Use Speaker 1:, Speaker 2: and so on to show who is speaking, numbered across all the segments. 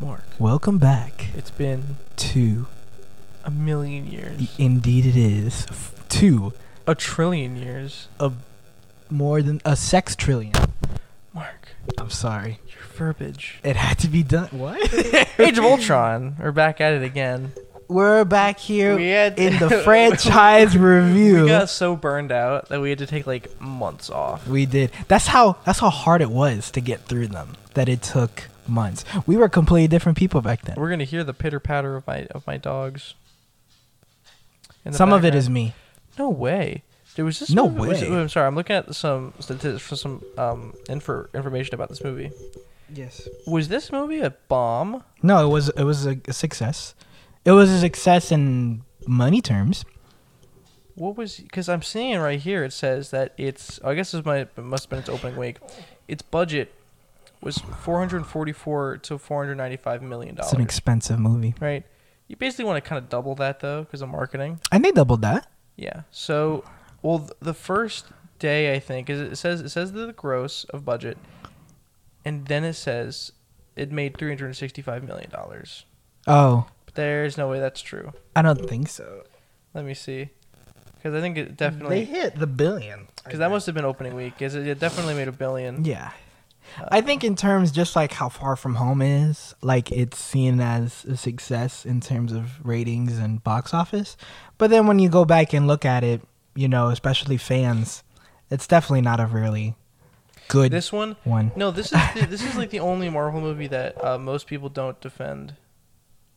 Speaker 1: Mark.
Speaker 2: Welcome back
Speaker 1: It's been
Speaker 2: to
Speaker 1: a million years,
Speaker 2: Indeed It Is f- to
Speaker 1: a trillion years.
Speaker 2: more than a sex trillion.
Speaker 1: Mark,
Speaker 2: I'm sorry.
Speaker 1: your verbiage.
Speaker 2: It had to be done. What?
Speaker 1: Age of Ultron. We're back at it again.
Speaker 2: We're back here
Speaker 1: had
Speaker 2: in the franchise review.
Speaker 1: We got so burned out that we had to take like months off.
Speaker 2: We did. That's how that's how hard it was to get through them. That it took months. We were completely different people back then.
Speaker 1: We're gonna hear the pitter patter of my of my dogs. in the
Speaker 2: Some of it is
Speaker 1: background.
Speaker 2: me.
Speaker 1: no way. Dude, was this
Speaker 2: No
Speaker 1: movie- was it-
Speaker 2: way.
Speaker 1: I'm sorry. I'm looking at some statistics for some um info information about this movie.
Speaker 2: Yes.
Speaker 1: Was this movie a bomb?
Speaker 2: No, it was it was a, a success. It was a success in money terms.
Speaker 1: What was? Because I'm seeing right here, it says that it's. I guess this might must have been its opening week. Its budget was 444 to 495 million
Speaker 2: It's an
Speaker 1: dollars.
Speaker 2: expensive movie,
Speaker 1: Right. You basically want to kind of double that though, because of marketing.
Speaker 2: and they doubled that.
Speaker 1: Yeah. So, well, th- the first day I think is it says it says the gross of budget, and then it says it made 365 million dollars.
Speaker 2: Oh,
Speaker 1: But there's no way that's true.
Speaker 2: I don't think so.
Speaker 1: Let me see, because I think it definitely.
Speaker 2: they hit the billion.
Speaker 1: Because that must have been opening week. Because it definitely made a billion.
Speaker 2: Yeah. I think in terms just like how far from home is, like it's seen as a success in terms of ratings and box office. But then when you go back and look at it, you know, especially fans, it's definitely not a really good
Speaker 1: This one,
Speaker 2: one.
Speaker 1: no, this is the, this is like the only Marvel movie that uh, most people don't defend.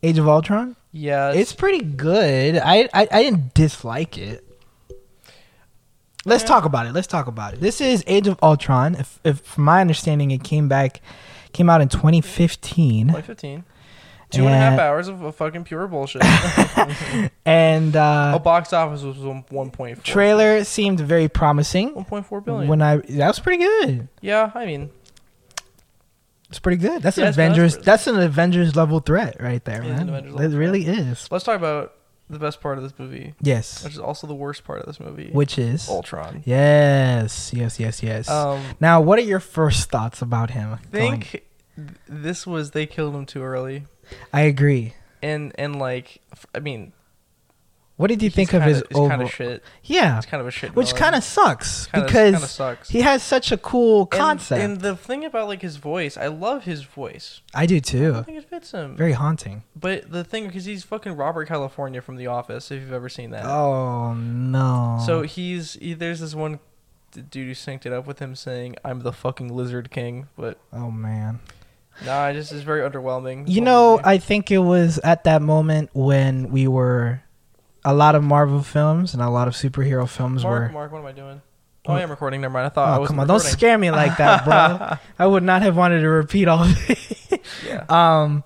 Speaker 2: Age of Ultron?
Speaker 1: Yeah,
Speaker 2: It's pretty good. I I, I didn't dislike it. Let's
Speaker 1: Yeah.
Speaker 2: talk about it. Let's talk about it. This is Age of Ultron. If, if from my understanding, it came back, came out in 2015.
Speaker 1: 2015. Two and a half
Speaker 2: And-
Speaker 1: hours of, of fucking pure bullshit.
Speaker 2: and uh,
Speaker 1: a box office was one- 1.4.
Speaker 2: trailer seemed very promising.
Speaker 1: 1.4 billion.
Speaker 2: When I that was pretty good.
Speaker 1: yeah, I mean,
Speaker 2: It's pretty good. That's
Speaker 1: Yeah,
Speaker 2: an
Speaker 1: it's not as
Speaker 2: Avengers.
Speaker 1: bad.
Speaker 2: That's an Avengers level threat right there,
Speaker 1: It is an
Speaker 2: man.
Speaker 1: Avengers
Speaker 2: It
Speaker 1: level
Speaker 2: really is.
Speaker 1: let's talk about the best part of this movie,
Speaker 2: Yes,
Speaker 1: which is also the worst part of this movie.
Speaker 2: which is
Speaker 1: Ultron.
Speaker 2: yes, yes, yes, yes.
Speaker 1: Um,
Speaker 2: now, what are your first thoughts about him? going-
Speaker 1: think th- this was they killed him too early,
Speaker 2: I agree.
Speaker 1: and and like, f- I mean,
Speaker 2: What did you think of his
Speaker 1: It's kind
Speaker 2: overall?
Speaker 1: of shit.
Speaker 2: Yeah,
Speaker 1: It's kind of a shit.
Speaker 2: which kind of sucks
Speaker 1: kind of
Speaker 2: because
Speaker 1: sucks.
Speaker 2: he has such a cool
Speaker 1: And-
Speaker 2: concept.
Speaker 1: And, the thing about like his voice, I love his voice.
Speaker 2: I do
Speaker 1: I
Speaker 2: too.
Speaker 1: think it fits him.
Speaker 2: Very haunting.
Speaker 1: But the thing, because he's fucking Robert California from The Office, if you've ever seen that.
Speaker 2: Oh no.
Speaker 1: So he's he, there's this one d- dude who synced it up with him saying, "I'm the fucking Lizard King," but
Speaker 2: oh man.
Speaker 1: nah, it just is very underwhelming.
Speaker 2: You know, I think it was at that moment when we were a lot of Marvel films and a lot of superhero films
Speaker 1: Mark,
Speaker 2: were.
Speaker 1: Mark, what am I doing? Oh, I am recording. Never mind. I thought I
Speaker 2: oh
Speaker 1: was
Speaker 2: come on! Don't scare me like that, bro. I would not have wanted to repeat all of it.
Speaker 1: Yeah.
Speaker 2: Um,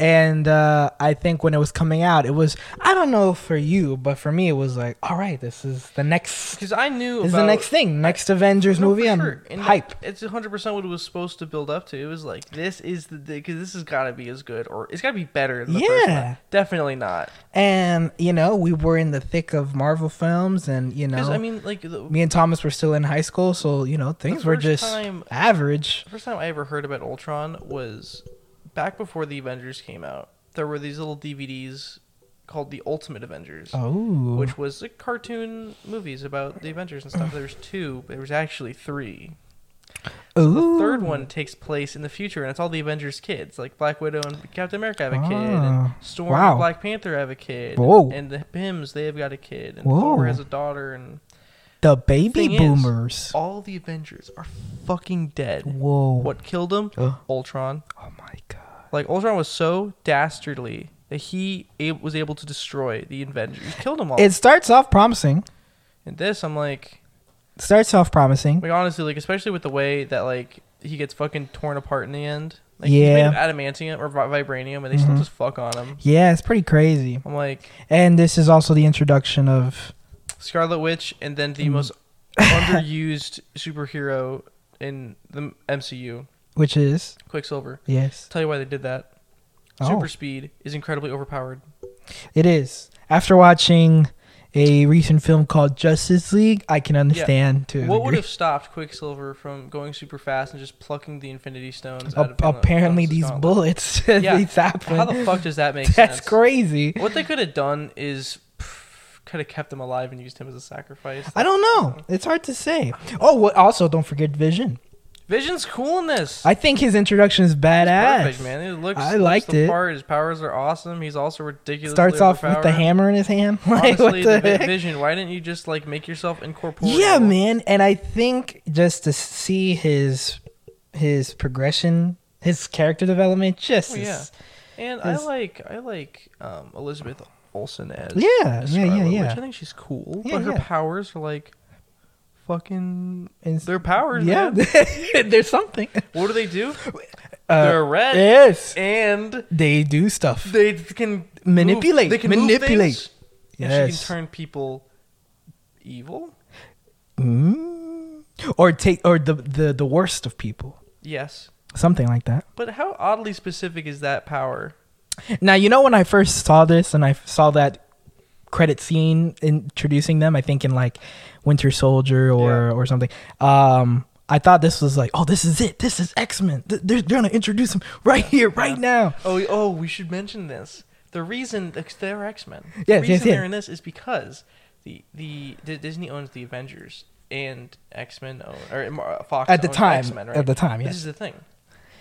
Speaker 2: and uh, I think when it was coming out, it was I don't know for you, but for me, it was like, all right, this is the next.
Speaker 1: Because I knew
Speaker 2: This is
Speaker 1: about,
Speaker 2: the next thing, next Avengers
Speaker 1: No,
Speaker 2: movie.
Speaker 1: for
Speaker 2: I'm
Speaker 1: sure. And
Speaker 2: hype.
Speaker 1: It's 100 percent what it was supposed to build up to. It was like this is the because this has got to be as good or it's got to be better. Than the first
Speaker 2: Yeah.
Speaker 1: one. definitely not.
Speaker 2: And you know, we were in the thick of Marvel films, and you know,
Speaker 1: Because I mean, like the
Speaker 2: me and Thomas were still in high school, so you know things were
Speaker 1: first
Speaker 2: just
Speaker 1: time-
Speaker 2: average.
Speaker 1: the first time I ever heard about Ultron was back before the Avengers came out. There were these little DVDs called the Ultimate Avengers.
Speaker 2: Oh,
Speaker 1: Which was like cartoon movies about the Avengers and stuff. There's two, but there was actually three. The third one takes place in the future, and it's all the Avengers kids. Like Black Widow and Captain America have a kid, and
Speaker 2: Ah.
Speaker 1: Storm
Speaker 2: Wow.
Speaker 1: and Black Panther have a kid,
Speaker 2: Whoa.
Speaker 1: and the Pims they have got a kid, and
Speaker 2: Whoa.
Speaker 1: Thor has a daughter, and
Speaker 2: the baby
Speaker 1: thing is-
Speaker 2: boomers.
Speaker 1: all the Avengers are fucking dead.
Speaker 2: Whoa!
Speaker 1: What killed them?
Speaker 2: Ugh.
Speaker 1: Ultron.
Speaker 2: Oh my god!
Speaker 1: Like Ultron was so dastardly that he a- was able to destroy the Avengers. He killed them all.
Speaker 2: It starts off promising.
Speaker 1: and this, I'm like,
Speaker 2: Starts off promising.
Speaker 1: like honestly, like especially with the way that like he gets fucking torn apart in the end. Like he's made
Speaker 2: Yeah. Mm-hmm.
Speaker 1: of adamantium or vi- vibranium, and they still just fuck on him.
Speaker 2: Yeah, it's pretty crazy.
Speaker 1: I'm like
Speaker 2: And this is also the introduction of
Speaker 1: Scarlet Witch, and then
Speaker 2: Mm.
Speaker 1: the most underused superhero in the MCU,
Speaker 2: which is
Speaker 1: Quicksilver.
Speaker 2: yes,
Speaker 1: tell you why they did that.
Speaker 2: Oh.
Speaker 1: Super speed is incredibly overpowered.
Speaker 2: it is. After watching a recent film called Justice League, I can understand too.
Speaker 1: What would have stopped Quicksilver from going super fast and just plucking the Infinity Stones? out of Thanos-
Speaker 2: apparently
Speaker 1: Thanos'
Speaker 2: these
Speaker 1: gauntlet?
Speaker 2: bullets
Speaker 1: Yeah.
Speaker 2: these happen.
Speaker 1: How the fuck does that make
Speaker 2: That's
Speaker 1: sense?
Speaker 2: crazy.
Speaker 1: What they could have done is could have kept him alive and used him as a sacrifice.
Speaker 2: I don't know. It's hard to say. Oh, what, also don't forget Vision.
Speaker 1: Vision's cool in this.
Speaker 2: I think his introduction is badass.
Speaker 1: Perfect, man. It looks.
Speaker 2: I
Speaker 1: looks
Speaker 2: liked
Speaker 1: the
Speaker 2: it.
Speaker 1: Part. His powers are awesome. He's also ridiculous.
Speaker 2: Starts off with the hammer in his hand. Like,
Speaker 1: Honestly,
Speaker 2: what the
Speaker 1: the vi-
Speaker 2: heck?
Speaker 1: Vision. Why didn't you just like make yourself incorporeal?
Speaker 2: Yeah, man. And I think just to see his his progression, his character development, just
Speaker 1: Oh,
Speaker 2: is-
Speaker 1: And
Speaker 2: Is-
Speaker 1: I like I like um, Elizabeth Olsen as
Speaker 2: Yeah,
Speaker 1: as
Speaker 2: yeah, yeah,
Speaker 1: Scarlet
Speaker 2: yeah.
Speaker 1: Witch. I think she's cool,
Speaker 2: Yeah,
Speaker 1: but her
Speaker 2: yeah.
Speaker 1: powers are like fucking.
Speaker 2: is-
Speaker 1: Their powers,
Speaker 2: yeah.
Speaker 1: man.
Speaker 2: There's something.
Speaker 1: What do they do?
Speaker 2: Uh,
Speaker 1: They're red,
Speaker 2: Yes,
Speaker 1: and
Speaker 2: they do stuff.
Speaker 1: they can
Speaker 2: Manipulate,
Speaker 1: Move, they can
Speaker 2: manipulate.
Speaker 1: Move things, And she
Speaker 2: Yes.
Speaker 1: can turn people evil.
Speaker 2: Mm. Or take or the, the the worst of people,
Speaker 1: Yes,
Speaker 2: something like that.
Speaker 1: but how oddly specific is that power?
Speaker 2: Now you know when I first saw this and I saw that credit scene introducing them. I think in like Winter Soldier or
Speaker 1: Yeah.
Speaker 2: or something. Um, I thought this was like, oh, this is it. This is X Men. They're gonna introduce them right here, right now.
Speaker 1: Oh, we- oh, we should mention this. The reason because they're X Men.
Speaker 2: Yes, yes,
Speaker 1: the reason
Speaker 2: yes.
Speaker 1: they're in this is because the the, the Disney owns the Avengers and X Men own or Mar- Fox
Speaker 2: At the
Speaker 1: owns
Speaker 2: time,
Speaker 1: X-Men, right?
Speaker 2: at the time,
Speaker 1: This
Speaker 2: yes.
Speaker 1: is the thing.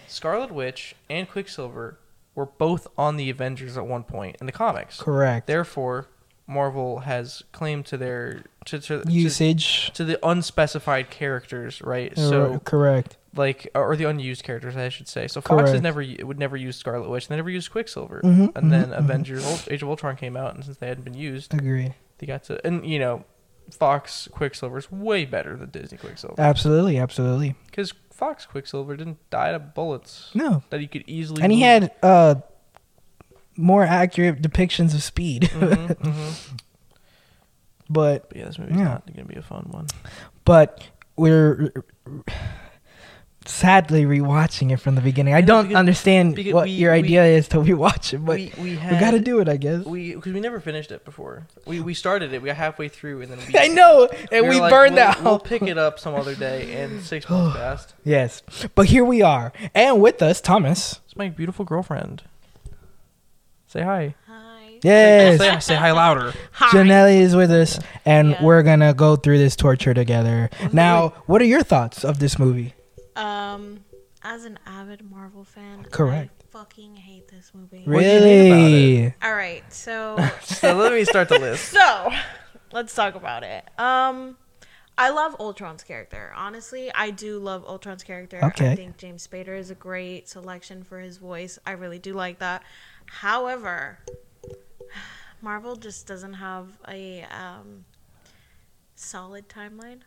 Speaker 1: Scarlet Witch and Quicksilver were both on the Avengers at one point in the comics.
Speaker 2: Correct.
Speaker 1: Therefore, Marvel has claim to their to to, to,
Speaker 2: Usage.
Speaker 1: to the unspecified characters, right?
Speaker 2: er,
Speaker 1: So
Speaker 2: correct.
Speaker 1: like or the unused characters I should say. So Fox
Speaker 2: Correct.
Speaker 1: has never would never use Scarlet Witch. They never used Quicksilver,
Speaker 2: Mhm,
Speaker 1: and then
Speaker 2: mhm, mhm.
Speaker 1: Avengers Ult- Age of Ultron came out, and since they hadn't been used,
Speaker 2: Agreed.
Speaker 1: they got to and you know Fox Quicksilver's way better than Disney
Speaker 2: Uh,
Speaker 1: Quicksilver
Speaker 2: Absolutely. Absolutely.
Speaker 1: because Fox Quicksilver didn't die to bullets
Speaker 2: No.
Speaker 1: that he could easily
Speaker 2: And he had uh more accurate depictions of speed.
Speaker 1: hmm hmm
Speaker 2: but
Speaker 1: But yeah, this movie's
Speaker 2: Yeah.
Speaker 1: not gonna be a fun one.
Speaker 2: but we're sadly rewatching it from the beginning. I
Speaker 1: No,
Speaker 2: don't
Speaker 1: because-
Speaker 2: understand
Speaker 1: because
Speaker 2: what
Speaker 1: we-
Speaker 2: your
Speaker 1: we-
Speaker 2: idea is to rewatch it, but we,
Speaker 1: we we had
Speaker 2: gotta do it, I guess.
Speaker 1: we because we never finished it before. We we started it. We got halfway through, and then we
Speaker 2: I know, and
Speaker 1: were
Speaker 2: we
Speaker 1: like,
Speaker 2: burned
Speaker 1: we'll,
Speaker 2: out.
Speaker 1: We'll pick it up some other day, and six months passed.
Speaker 2: yes, but here we are, and with us Thomas.
Speaker 1: It's my beautiful girlfriend. Say hi.
Speaker 3: Hi.
Speaker 2: Yes,
Speaker 1: Say, say hi louder.
Speaker 3: Hi.
Speaker 2: Janelle is with us, and
Speaker 3: Yeah.
Speaker 2: we're gonna go through this torture together. Now, what are your thoughts of this movie?
Speaker 3: Um, as an avid Marvel fan,
Speaker 2: Correct.
Speaker 3: I fucking hate this movie.
Speaker 1: do you hate about
Speaker 2: Really?
Speaker 3: All right, so
Speaker 1: So let me start the list.
Speaker 3: so let's talk about it. Um, I love Ultron's character. Honestly, I do love Ultron's character.
Speaker 2: Okay.
Speaker 3: I think James Spader is a great selection for his voice. I really do like that. However, Marvel just doesn't have a um, solid timeline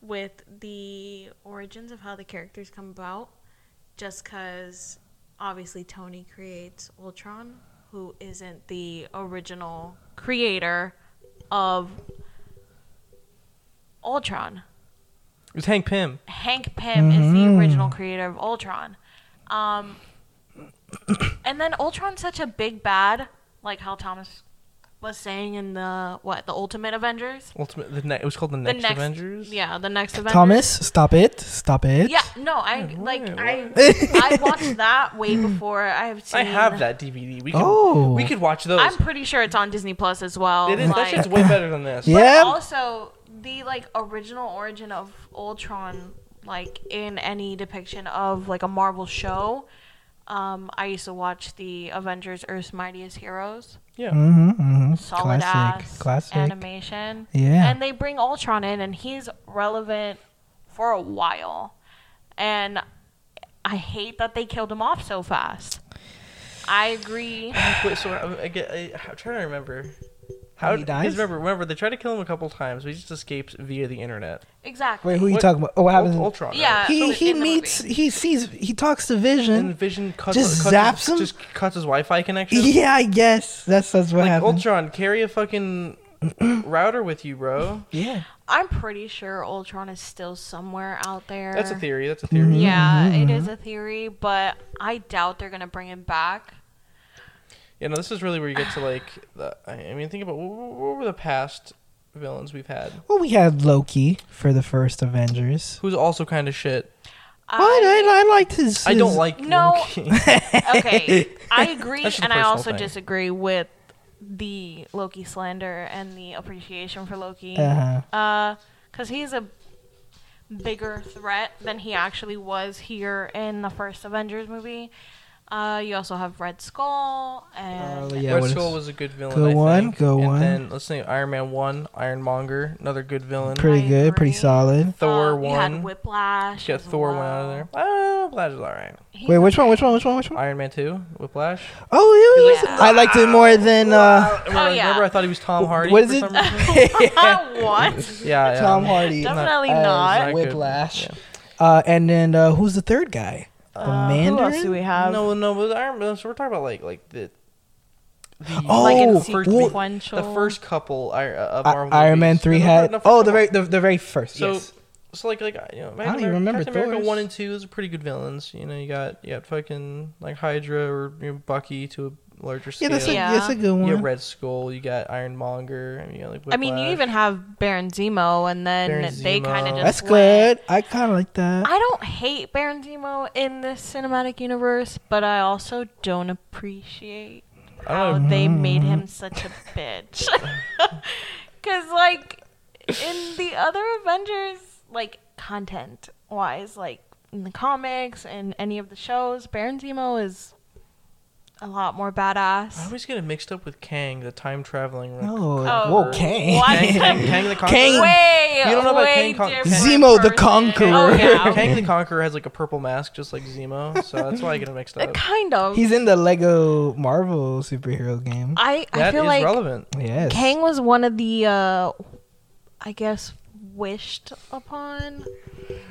Speaker 3: with the origins of how the characters come about. Just because obviously Tony creates Ultron, who isn't the original creator of Ultron.
Speaker 1: It's Hank Pym.
Speaker 3: Hank Pym is the original creator of Ultron. Um, and then Ultron's such a big bad, like how Thomas was saying in the what the Ultimate Avengers,
Speaker 1: Ultimate. The ne- it was called the
Speaker 3: the
Speaker 1: Next, Avengers.
Speaker 3: yeah, the next Avengers.
Speaker 2: Thomas, stop it! Stop it!
Speaker 3: Yeah, no, I like
Speaker 1: what?
Speaker 3: I I watched that way before I have seen.
Speaker 1: I have that DVD. We could,
Speaker 2: Oh.
Speaker 1: we could watch those.
Speaker 3: I'm pretty sure it's on Disney Plus as well.
Speaker 1: It is, that
Speaker 3: like-
Speaker 1: shit's way better than this.
Speaker 2: Yeah.
Speaker 3: But also the like original origin of Ultron, like in any depiction of like a Marvel show. Um, I used to watch the Avengers: Earth's Mightiest Heroes,
Speaker 1: Yeah.
Speaker 2: hmm hmm
Speaker 3: solid
Speaker 2: classic,
Speaker 3: ass
Speaker 2: classic.
Speaker 3: animation.
Speaker 2: Yeah.
Speaker 3: and they bring Ultron in, and he's relevant for a while. And I hate that they killed him off so fast. I agree.
Speaker 1: Wait, so I, I get, I, I'm trying to remember. How
Speaker 2: he dies?
Speaker 1: 'cause Remember, remember, they tried to kill him a couple times, but he just escapes via the internet.
Speaker 3: Exactly.
Speaker 2: Wait, who you
Speaker 1: What-
Speaker 2: talking about? Oh, what happens?
Speaker 1: Ult- Ultron. right?
Speaker 3: Yeah.
Speaker 2: he
Speaker 3: so
Speaker 2: he
Speaker 3: Uh, in the
Speaker 2: meets
Speaker 3: movie.
Speaker 2: he sees he talks to Vision.
Speaker 1: And Vision cuts,
Speaker 2: Just
Speaker 1: cuts
Speaker 2: zaps
Speaker 1: his,
Speaker 2: him?
Speaker 1: Just cuts his Wi-Fi connection.
Speaker 2: yeah, I guess that's that's what
Speaker 1: Like
Speaker 2: happened.
Speaker 1: Ultron, carry a fucking router with you, bro.
Speaker 2: yeah,
Speaker 3: I'm pretty sure Ultron is still somewhere out there.
Speaker 1: That's a theory. That's a
Speaker 2: Mm-hmm.
Speaker 1: theory.
Speaker 3: Yeah, it is a theory, but I doubt they're gonna bring him back.
Speaker 1: You know, this is really where you get to like, the, I I mean, think about what, what were the past villains we've had.
Speaker 2: Well, we had Loki for the first Avengers.
Speaker 1: Who's also kind of shit.
Speaker 2: What I, I liked his.
Speaker 1: I don't
Speaker 2: his-
Speaker 1: like
Speaker 3: No.
Speaker 1: Loki.
Speaker 3: okay, I agree,
Speaker 1: That's just a
Speaker 3: and
Speaker 1: personal
Speaker 3: I also
Speaker 1: thing.
Speaker 3: disagree with the Loki slander and the appreciation for Loki.
Speaker 2: Uh-huh.
Speaker 3: Uh, because he's a bigger threat than he actually was here in the first Avengers movie. Uh, you also have Red Skull and uh,
Speaker 2: Oh, yeah,
Speaker 1: Red
Speaker 2: what is-
Speaker 1: Skull was a good villain.
Speaker 2: Go
Speaker 1: I
Speaker 2: one,
Speaker 1: think.
Speaker 2: go
Speaker 1: and
Speaker 2: one.
Speaker 1: Then let's see, Iron Man one, Ironmonger, another good villain.
Speaker 2: pretty
Speaker 3: I
Speaker 2: good, pretty
Speaker 3: agree.
Speaker 2: solid.
Speaker 1: Thor
Speaker 3: um, You Uh, had
Speaker 1: one,
Speaker 3: Whiplash.
Speaker 1: get
Speaker 3: as
Speaker 1: Thor one
Speaker 3: well.
Speaker 1: out of there. Oh, Whiplash is all right.
Speaker 3: He's
Speaker 2: Wait,
Speaker 3: a-
Speaker 2: which one? Which one? Which one? Which one?
Speaker 1: Iron Man two, Whiplash.
Speaker 2: Oh, yeah,
Speaker 3: Yeah.
Speaker 2: yeah. I liked it more than uh,
Speaker 1: Remember,
Speaker 3: Oh, yeah.
Speaker 1: remember I thought he was Tom Hardy.
Speaker 2: what is
Speaker 1: for
Speaker 2: it?
Speaker 1: some reason?
Speaker 3: what?
Speaker 1: yeah, yeah.
Speaker 2: Tom Hardy.
Speaker 3: Definitely
Speaker 2: as
Speaker 3: not.
Speaker 1: Not good.
Speaker 2: Whiplash.
Speaker 1: Yeah.
Speaker 2: Uh, and then uh, who's the third guy? The
Speaker 3: Uh, Who else do we have?
Speaker 1: No, no, but Iron Man. So we're talking about like like the. the
Speaker 2: Oh,
Speaker 3: like in
Speaker 2: well,
Speaker 1: first,
Speaker 2: well,
Speaker 1: the
Speaker 3: sequential.
Speaker 1: first couple I- uh, of
Speaker 2: I-
Speaker 1: Marvel
Speaker 2: Iron Man
Speaker 1: movies.
Speaker 2: three
Speaker 1: No, no,
Speaker 2: had.
Speaker 1: no, first
Speaker 2: oh, the
Speaker 1: couple.
Speaker 2: very the, the very first.
Speaker 1: So,
Speaker 2: yes.
Speaker 1: so like like you know, Captain
Speaker 2: I don't even
Speaker 1: America,
Speaker 2: remember
Speaker 1: Captain America
Speaker 2: Those.
Speaker 1: one and two. Those are pretty good villains. You know, you got you got fucking like Hydra or you know, Bucky to a larger
Speaker 2: Yeah,
Speaker 1: scale.
Speaker 2: that's a
Speaker 3: Yeah.
Speaker 2: that's a good one.
Speaker 1: You got Red Skull. You got Ironmonger. I mean, you got, like
Speaker 3: I mean, you
Speaker 1: Whiplash.
Speaker 3: even have Baron Zemo, and then
Speaker 1: Baron
Speaker 3: they kind
Speaker 1: Zemo.
Speaker 3: of just
Speaker 2: that's
Speaker 3: went-
Speaker 2: good. I kind of like that.
Speaker 3: I don't hate Baron Zemo in this cinematic universe, but I also don't appreciate
Speaker 1: I
Speaker 3: how
Speaker 1: don't-
Speaker 3: they made him such a bitch. Because, like, in the other Avengers, like, content wise, like, in the comics and any of the shows, Baron Zemo is a lot more
Speaker 1: I
Speaker 3: badass.
Speaker 1: always get it mixed up with Kang, the time traveling.
Speaker 2: oh,
Speaker 3: Oh,
Speaker 2: whoa, Kang.
Speaker 3: what?
Speaker 1: Kang, Kang, Kang the Conqueror.
Speaker 2: Kang.
Speaker 3: Way,
Speaker 1: You don't know about
Speaker 3: way
Speaker 1: King Kong-
Speaker 3: different
Speaker 2: Zemo the
Speaker 3: person.
Speaker 2: Conqueror.
Speaker 3: Oh, yeah.
Speaker 1: Kang the Conqueror has like a purple mask, just like Zemo. So that's why I get it mixed
Speaker 3: Uh,
Speaker 1: up.
Speaker 3: Kind of.
Speaker 2: He's in the Lego Marvel superhero game.
Speaker 3: I, I
Speaker 1: That
Speaker 3: feel
Speaker 1: is
Speaker 3: like
Speaker 1: relevant.
Speaker 2: Yes.
Speaker 3: Kang was one of the, uh, I guess, wished upon.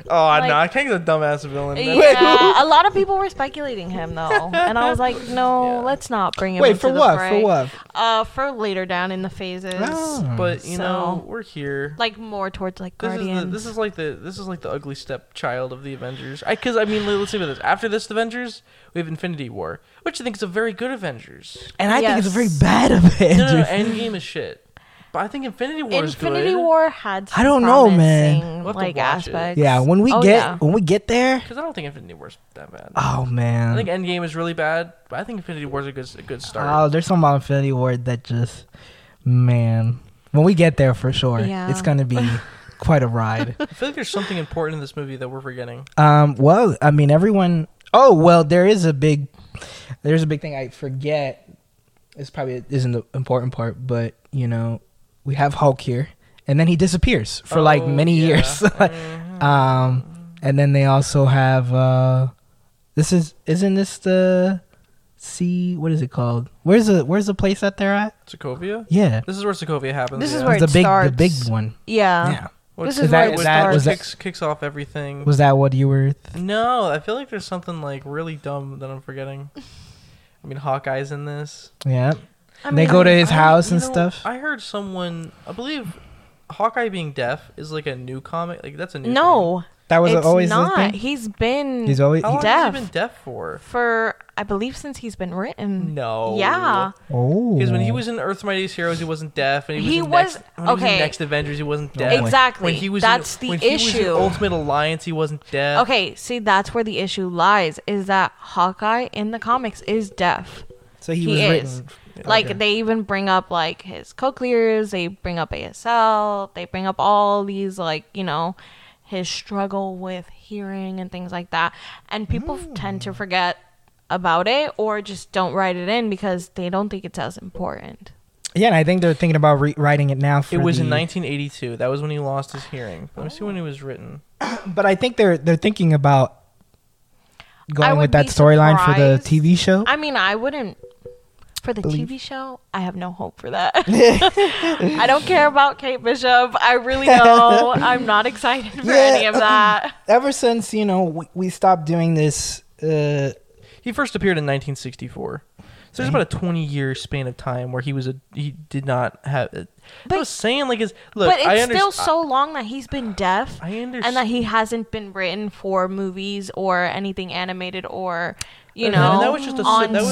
Speaker 1: Oh
Speaker 3: Like-
Speaker 1: no, Kang's a dumbass villain. That's-
Speaker 3: Yeah, a lot of people were speculating him though, and I was like, no,
Speaker 1: Yeah.
Speaker 3: let's not bring him.
Speaker 2: Wait
Speaker 3: into
Speaker 2: for
Speaker 3: the
Speaker 2: what?
Speaker 3: fray.
Speaker 2: For what?
Speaker 3: Uh, for later down in the phases,
Speaker 2: Oh.
Speaker 1: But you
Speaker 3: So-
Speaker 1: know, we're here.
Speaker 3: like more towards like
Speaker 1: This is,
Speaker 3: Guardians.
Speaker 1: the, this is like the this is like the ugly stepchild of the Avengers. I because I mean, let's see about this. After this Avengers, we have Infinity War, which I think is a very good Avengers.
Speaker 2: And I think it's a very
Speaker 3: Yes.
Speaker 2: bad Avengers.
Speaker 1: No, no, no, Endgame is shit, but I think Infinity War is good.
Speaker 3: Infinity War had. Some
Speaker 2: I don't know, man.
Speaker 3: promising,
Speaker 1: We'll have to
Speaker 3: like
Speaker 1: watch it.
Speaker 3: aspects.
Speaker 2: yeah, when we
Speaker 3: Oh,
Speaker 2: get
Speaker 3: yeah.
Speaker 2: when we get there.
Speaker 1: because I don't think Infinity War's that bad.
Speaker 2: Oh
Speaker 1: I
Speaker 2: man.
Speaker 1: think Endgame is really bad, but I think Infinity War's a good a good start.
Speaker 2: Oh, there's some about Infinity War that just, man. When we get there, for sure,
Speaker 3: Yeah.
Speaker 2: it's gonna be quite a ride.
Speaker 1: I feel like there's something important in this movie that we're forgetting.
Speaker 2: um, well, I mean, everyone. Oh, well, there is a big, there's a big thing I forget. It's probably isn't the important part, but you know, we have Hulk here, and then he disappears for like
Speaker 1: Oh,
Speaker 2: many
Speaker 1: yeah.
Speaker 2: years. Like,
Speaker 3: Mm-hmm.
Speaker 2: um, and then they also have uh, this is isn't this the sea? What is it called? Where's the where's the place that they're at?
Speaker 1: Sokovia.
Speaker 2: Yeah.
Speaker 1: This is where Sokovia happens.
Speaker 3: This is
Speaker 1: yeah.
Speaker 3: where
Speaker 2: the
Speaker 3: it
Speaker 2: big
Speaker 3: starts. Uh-huh.
Speaker 2: the big one.
Speaker 3: Yeah.
Speaker 2: Yeah.
Speaker 1: Which-
Speaker 3: This is
Speaker 2: that-
Speaker 3: where it
Speaker 1: which
Speaker 2: that-
Speaker 3: starts.
Speaker 2: was that-
Speaker 1: kicks kicks off everything.
Speaker 2: Was that what you were?
Speaker 1: No, I feel like there's something like really dumb that I'm forgetting. I mean, Hawkeye's in this.
Speaker 2: yeah.
Speaker 3: I
Speaker 2: they go to
Speaker 3: mean,
Speaker 2: his
Speaker 1: I-
Speaker 2: house
Speaker 1: you
Speaker 2: and
Speaker 1: know,
Speaker 2: stuff.
Speaker 1: I heard someone, I believe, Hawkeye being deaf is like a new comic. Like that's a new.
Speaker 3: No,
Speaker 2: That was
Speaker 3: it's
Speaker 2: always his
Speaker 3: not. Oh.
Speaker 2: thing.
Speaker 3: He's been
Speaker 2: He's always.
Speaker 1: thing. how long
Speaker 2: he-
Speaker 1: has he
Speaker 3: Deaf.
Speaker 1: been deaf for?
Speaker 3: for I believe since he's been written.
Speaker 1: No.
Speaker 3: Yeah.
Speaker 2: oh.
Speaker 1: Because when he was in Earth's Mightiest Heroes, he wasn't deaf, and he was,
Speaker 3: He
Speaker 1: in
Speaker 3: was-
Speaker 1: next, when he was in
Speaker 3: okay.
Speaker 1: Next Avengers, he wasn't
Speaker 2: Oh
Speaker 1: deaf.
Speaker 2: my-
Speaker 3: Exactly.
Speaker 1: When he was in-
Speaker 3: That's the
Speaker 1: when he was in
Speaker 3: issue.
Speaker 1: Ultimate Alliance, he wasn't deaf.
Speaker 3: Okay, see, that's where the issue lies is that Hawkeye in the comics is deaf.
Speaker 2: So he,
Speaker 3: he
Speaker 2: was
Speaker 3: is.
Speaker 2: written.
Speaker 3: Like,
Speaker 2: Okay.
Speaker 3: they even bring up, like, his cochlears, they bring up ASL, they bring up all these, like, you know, his struggle with hearing and things like that. And people f- tend
Speaker 2: Hmm.
Speaker 3: to forget about it or just don't write it in because they don't think it's as important.
Speaker 2: Yeah, and I think they're thinking about rewriting it now. For
Speaker 1: It was
Speaker 2: the,
Speaker 1: in 1982. That was when he lost his hearing. Let me see when it was written.
Speaker 2: But I think they're they're thinking about going
Speaker 3: would
Speaker 2: with that
Speaker 3: be
Speaker 2: storyline for the
Speaker 3: surprised.
Speaker 2: TV show.
Speaker 3: I mean, I wouldn't. For the
Speaker 2: Believe-
Speaker 3: TV show, I have no hope for that. I don't care about Kate Bishop. I really don't. I'm not excited for any
Speaker 2: Yeah.
Speaker 3: of that.
Speaker 2: Ever since you know we, we stopped doing this. Uh,
Speaker 1: He first appeared in 1964. So there's about a 20 year span of time where he was a he did not have. I
Speaker 3: But-
Speaker 1: was saying like his look.
Speaker 3: but it's
Speaker 1: I under-
Speaker 3: still so long that he's been deaf
Speaker 1: I understand.
Speaker 3: and that he hasn't been written for movies or anything animated or
Speaker 1: Okay,
Speaker 3: you
Speaker 1: and
Speaker 3: know,
Speaker 1: that was just a s-
Speaker 3: on
Speaker 1: that was-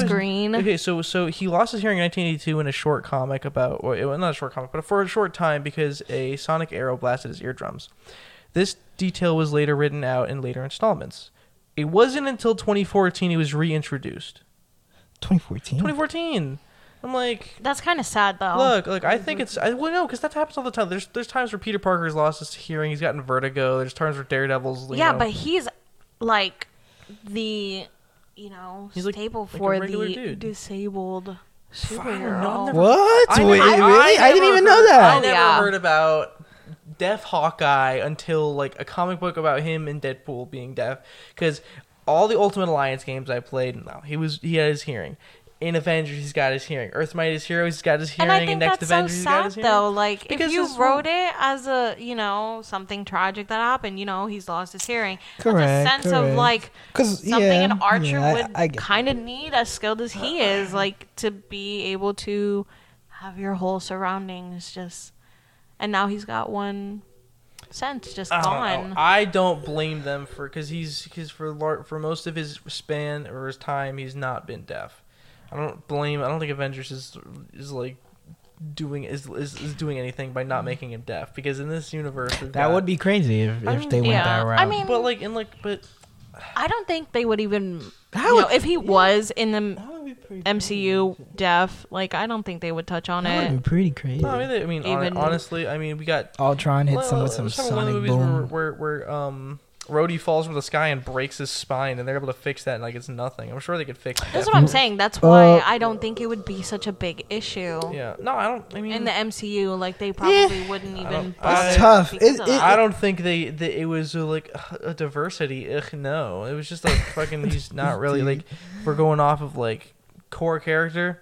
Speaker 3: screen.
Speaker 1: Okay, so so he lost his hearing in 1982 in a short comic about well, it was not a short comic, but for a short time because a sonic arrow blasted his eardrums. This detail was later written out in later installments. It wasn't until 2014 he was reintroduced.
Speaker 2: 2014.
Speaker 1: 2014. I'm like,
Speaker 3: That's kind of sad
Speaker 2: Oh.
Speaker 3: though.
Speaker 1: look, look. I think it's I well, no, because that happens all the time. There's there's times where Peter Parker's lost his hearing. He's gotten vertigo. There's times where Daredevil's. You
Speaker 3: yeah,
Speaker 1: know,
Speaker 3: but he's like the you know
Speaker 1: He's like-
Speaker 3: staple
Speaker 1: like a
Speaker 3: for
Speaker 1: regular
Speaker 3: the
Speaker 1: dude.
Speaker 3: disabled
Speaker 1: Fire. No, I've
Speaker 3: superhero.
Speaker 1: never-
Speaker 2: What?
Speaker 1: I
Speaker 2: Wait,
Speaker 1: never-
Speaker 2: really? I, didn't
Speaker 1: never
Speaker 2: even
Speaker 1: heard-
Speaker 2: know
Speaker 1: I
Speaker 2: that.
Speaker 1: never
Speaker 3: Oh, Yeah.
Speaker 1: heard about Deaf Hawkeye until like a comic book about him and Deadpool being deaf. Because all the Ultimate Alliance games I played, no, he was he had his hearing. In Avengers, he's got his hearing. Earthmite is hero, he's got his hearing.
Speaker 3: and I think
Speaker 1: Next
Speaker 3: that's
Speaker 1: Avengers,
Speaker 3: so
Speaker 1: he's got
Speaker 3: sad
Speaker 1: his hearing.
Speaker 3: though. Like
Speaker 1: Because
Speaker 3: if you
Speaker 1: this-
Speaker 3: wrote it as a you know something tragic that happened, you know he's lost his hearing.
Speaker 2: Correct,
Speaker 3: That's a sense
Speaker 2: correct.
Speaker 3: of like
Speaker 2: 'Cause,
Speaker 3: something
Speaker 2: yeah,
Speaker 3: an archer
Speaker 2: yeah, I-
Speaker 3: would
Speaker 2: I get
Speaker 3: kind of need as skilled as he is, like to be able to have your whole surroundings just. And now he's got one sense just
Speaker 1: I don't,
Speaker 3: gone.
Speaker 1: know. Oh, I don't blame them for because he's because for lar- for most of his span or his time he's not been deaf. I don't blame. I don't think Avengers is is like doing is is, is doing anything by
Speaker 3: Mm-hmm.
Speaker 1: not making him deaf because in this universe we've
Speaker 2: That
Speaker 1: got-
Speaker 2: would be crazy if, if
Speaker 1: I mean,
Speaker 2: they went
Speaker 3: Um, yeah.
Speaker 2: that route.
Speaker 3: I mean,
Speaker 1: But like in like but
Speaker 3: I don't think they would even.
Speaker 2: How
Speaker 3: you
Speaker 2: would-
Speaker 3: know, if he was in the
Speaker 1: that would be pretty.
Speaker 3: MCU deaf, like I don't think they would touch on
Speaker 2: that
Speaker 3: it.
Speaker 2: would be pretty crazy.
Speaker 1: No, I mean, I mean hon-
Speaker 3: Even-
Speaker 1: honestly, I mean we got
Speaker 2: Ultron hits him
Speaker 1: well,
Speaker 2: with some
Speaker 1: some of the
Speaker 2: sonic
Speaker 1: movies where,
Speaker 2: boom.
Speaker 1: where where um. Rhodey falls from the sky and breaks his spine, and they're able to fix that, and like it's nothing. I'm sure they could fix
Speaker 3: That's
Speaker 1: that.
Speaker 3: what I'm saying. That's why
Speaker 2: Uh,
Speaker 3: I don't think it would be such a big issue
Speaker 1: Yeah, no, I don't. I mean,
Speaker 3: in the MCU. Like they probably wouldn't even.
Speaker 1: don't-
Speaker 3: bother
Speaker 1: It's
Speaker 2: tough.
Speaker 3: because
Speaker 2: It-
Speaker 3: of
Speaker 2: it-
Speaker 3: that.
Speaker 1: I don't think they, they it was uh, like ugh, a diversity. Ugh, no, it was just like fucking. He's not really
Speaker 2: Dude.
Speaker 1: like. We're going off of like core character.